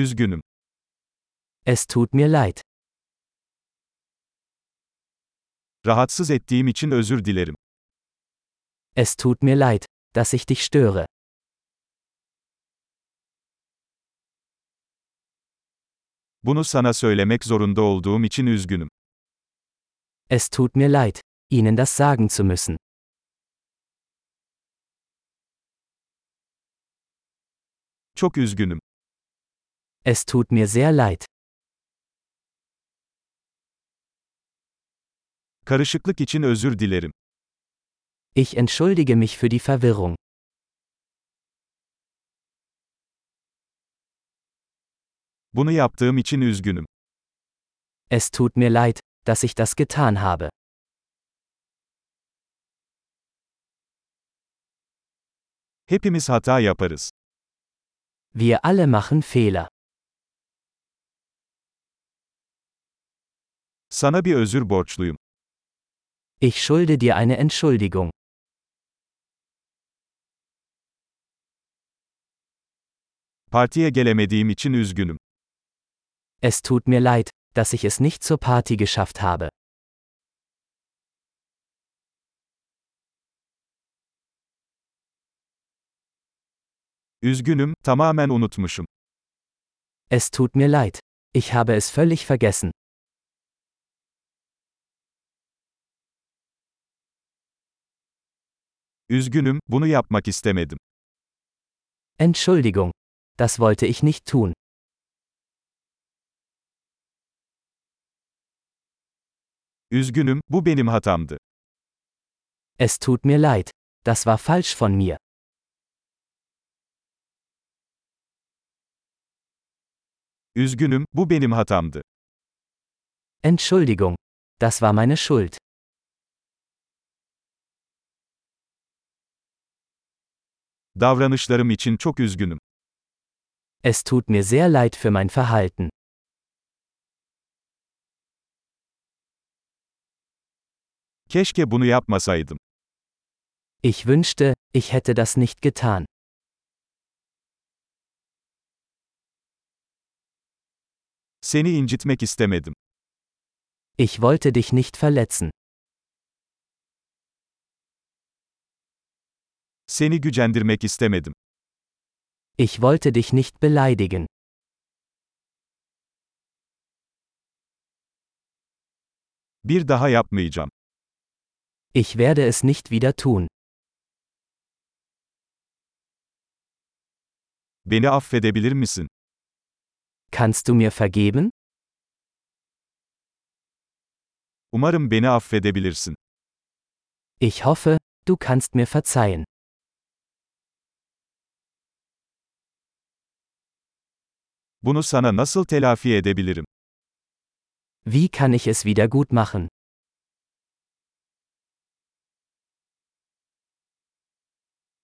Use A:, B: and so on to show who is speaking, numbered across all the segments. A: Üzgünüm.
B: Es tut mir leid.
A: Rahatsız ettiğim için özür dilerim.
B: Es tut mir leid, dass ich dich störe.
A: Bunu sana söylemek zorunda olduğum için üzgünüm.
B: Es tut mir leid, Ihnen das sagen zu müssen.
A: Çok üzgünüm.
B: Es tut mir sehr leid.
A: Karışıklık için özür dilerim.
B: Ich entschuldige mich für die Verwirrung.
A: Bunu yaptığım için üzgünüm.
B: Es tut mir leid, dass ich das getan habe.
A: Hepimiz hata yaparız.
B: Wir alle machen Fehler.
A: Sana bir özür borçluyum.
B: Ich schulde dir eine Entschuldigung.
A: Partiye gelemediğim için üzgünüm.
B: Es tut mir leid, dass ich es nicht zur Party geschafft habe.
A: Üzgünüm, tamamen unutmuşum.
B: Es tut mir leid. Ich habe es völlig vergessen.
A: Üzgünüm, bunu yapmak istemedim.
B: Entschuldigung. Das wollte ich nicht tun.
A: Üzgünüm, bu benim hatamdı.
B: Es tut mir leid. Das war falsch von mir.
A: Üzgünüm, bu benim hatamdı.
B: Entschuldigung. Das war meine Schuld.
A: Davranışlarım için çok üzgünüm.
B: Es tut mir sehr leid für mein Verhalten.
A: Keşke bunu yapmasaydım.
B: Ich wünschte, ich hätte das nicht getan.
A: Seni incitmek istemedim.
B: Ich wollte dich nicht verletzen.
A: Seni gücendirmek istemedim.
B: Ich wollte dich nicht beleidigen.
A: Bir daha yapmayacağım.
B: Ich werde es nicht wieder tun.
A: Beni affedebilir misin?
B: Kannst du mir vergeben?
A: Umarım beni affedebilirsin.
B: Ich hoffe, du kannst mir verzeihen.
A: Bunu sana nasıl telafi edebilirim?
B: Wie kann ich es wieder gut machen?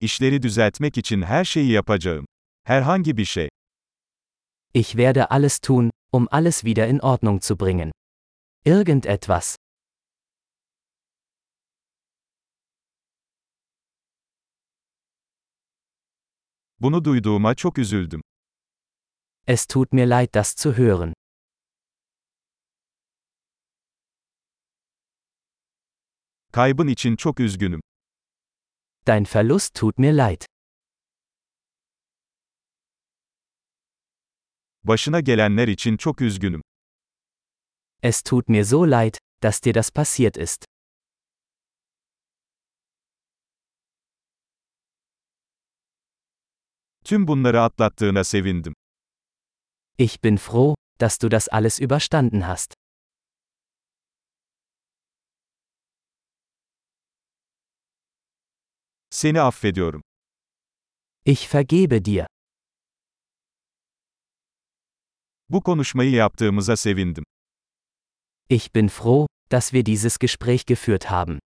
A: İşleri düzeltmek için her şeyi yapacağım. Herhangi bir şey.
B: Ich werde alles tun, um alles wieder in Ordnung zu bringen. Irgendetwas.
A: Bunu duyduğuma çok üzüldüm.
B: Es tut mir leid, das zu hören.
A: Kaybın için çok üzgünüm.
B: Dein Verlust tut mir leid.
A: Başına gelenler için çok üzgünüm.
B: Es tut mir so leid, dass dir das passiert ist.
A: Tüm bunları atlattığına sevindim.
B: Ich bin froh, dass du das alles überstanden hast.
A: Seni affediyorum.
B: Ich vergebe dir.
A: Bu konuşmayı yaptığımıza sevindim.
B: Ich bin froh, dass wir dieses Gespräch geführt haben.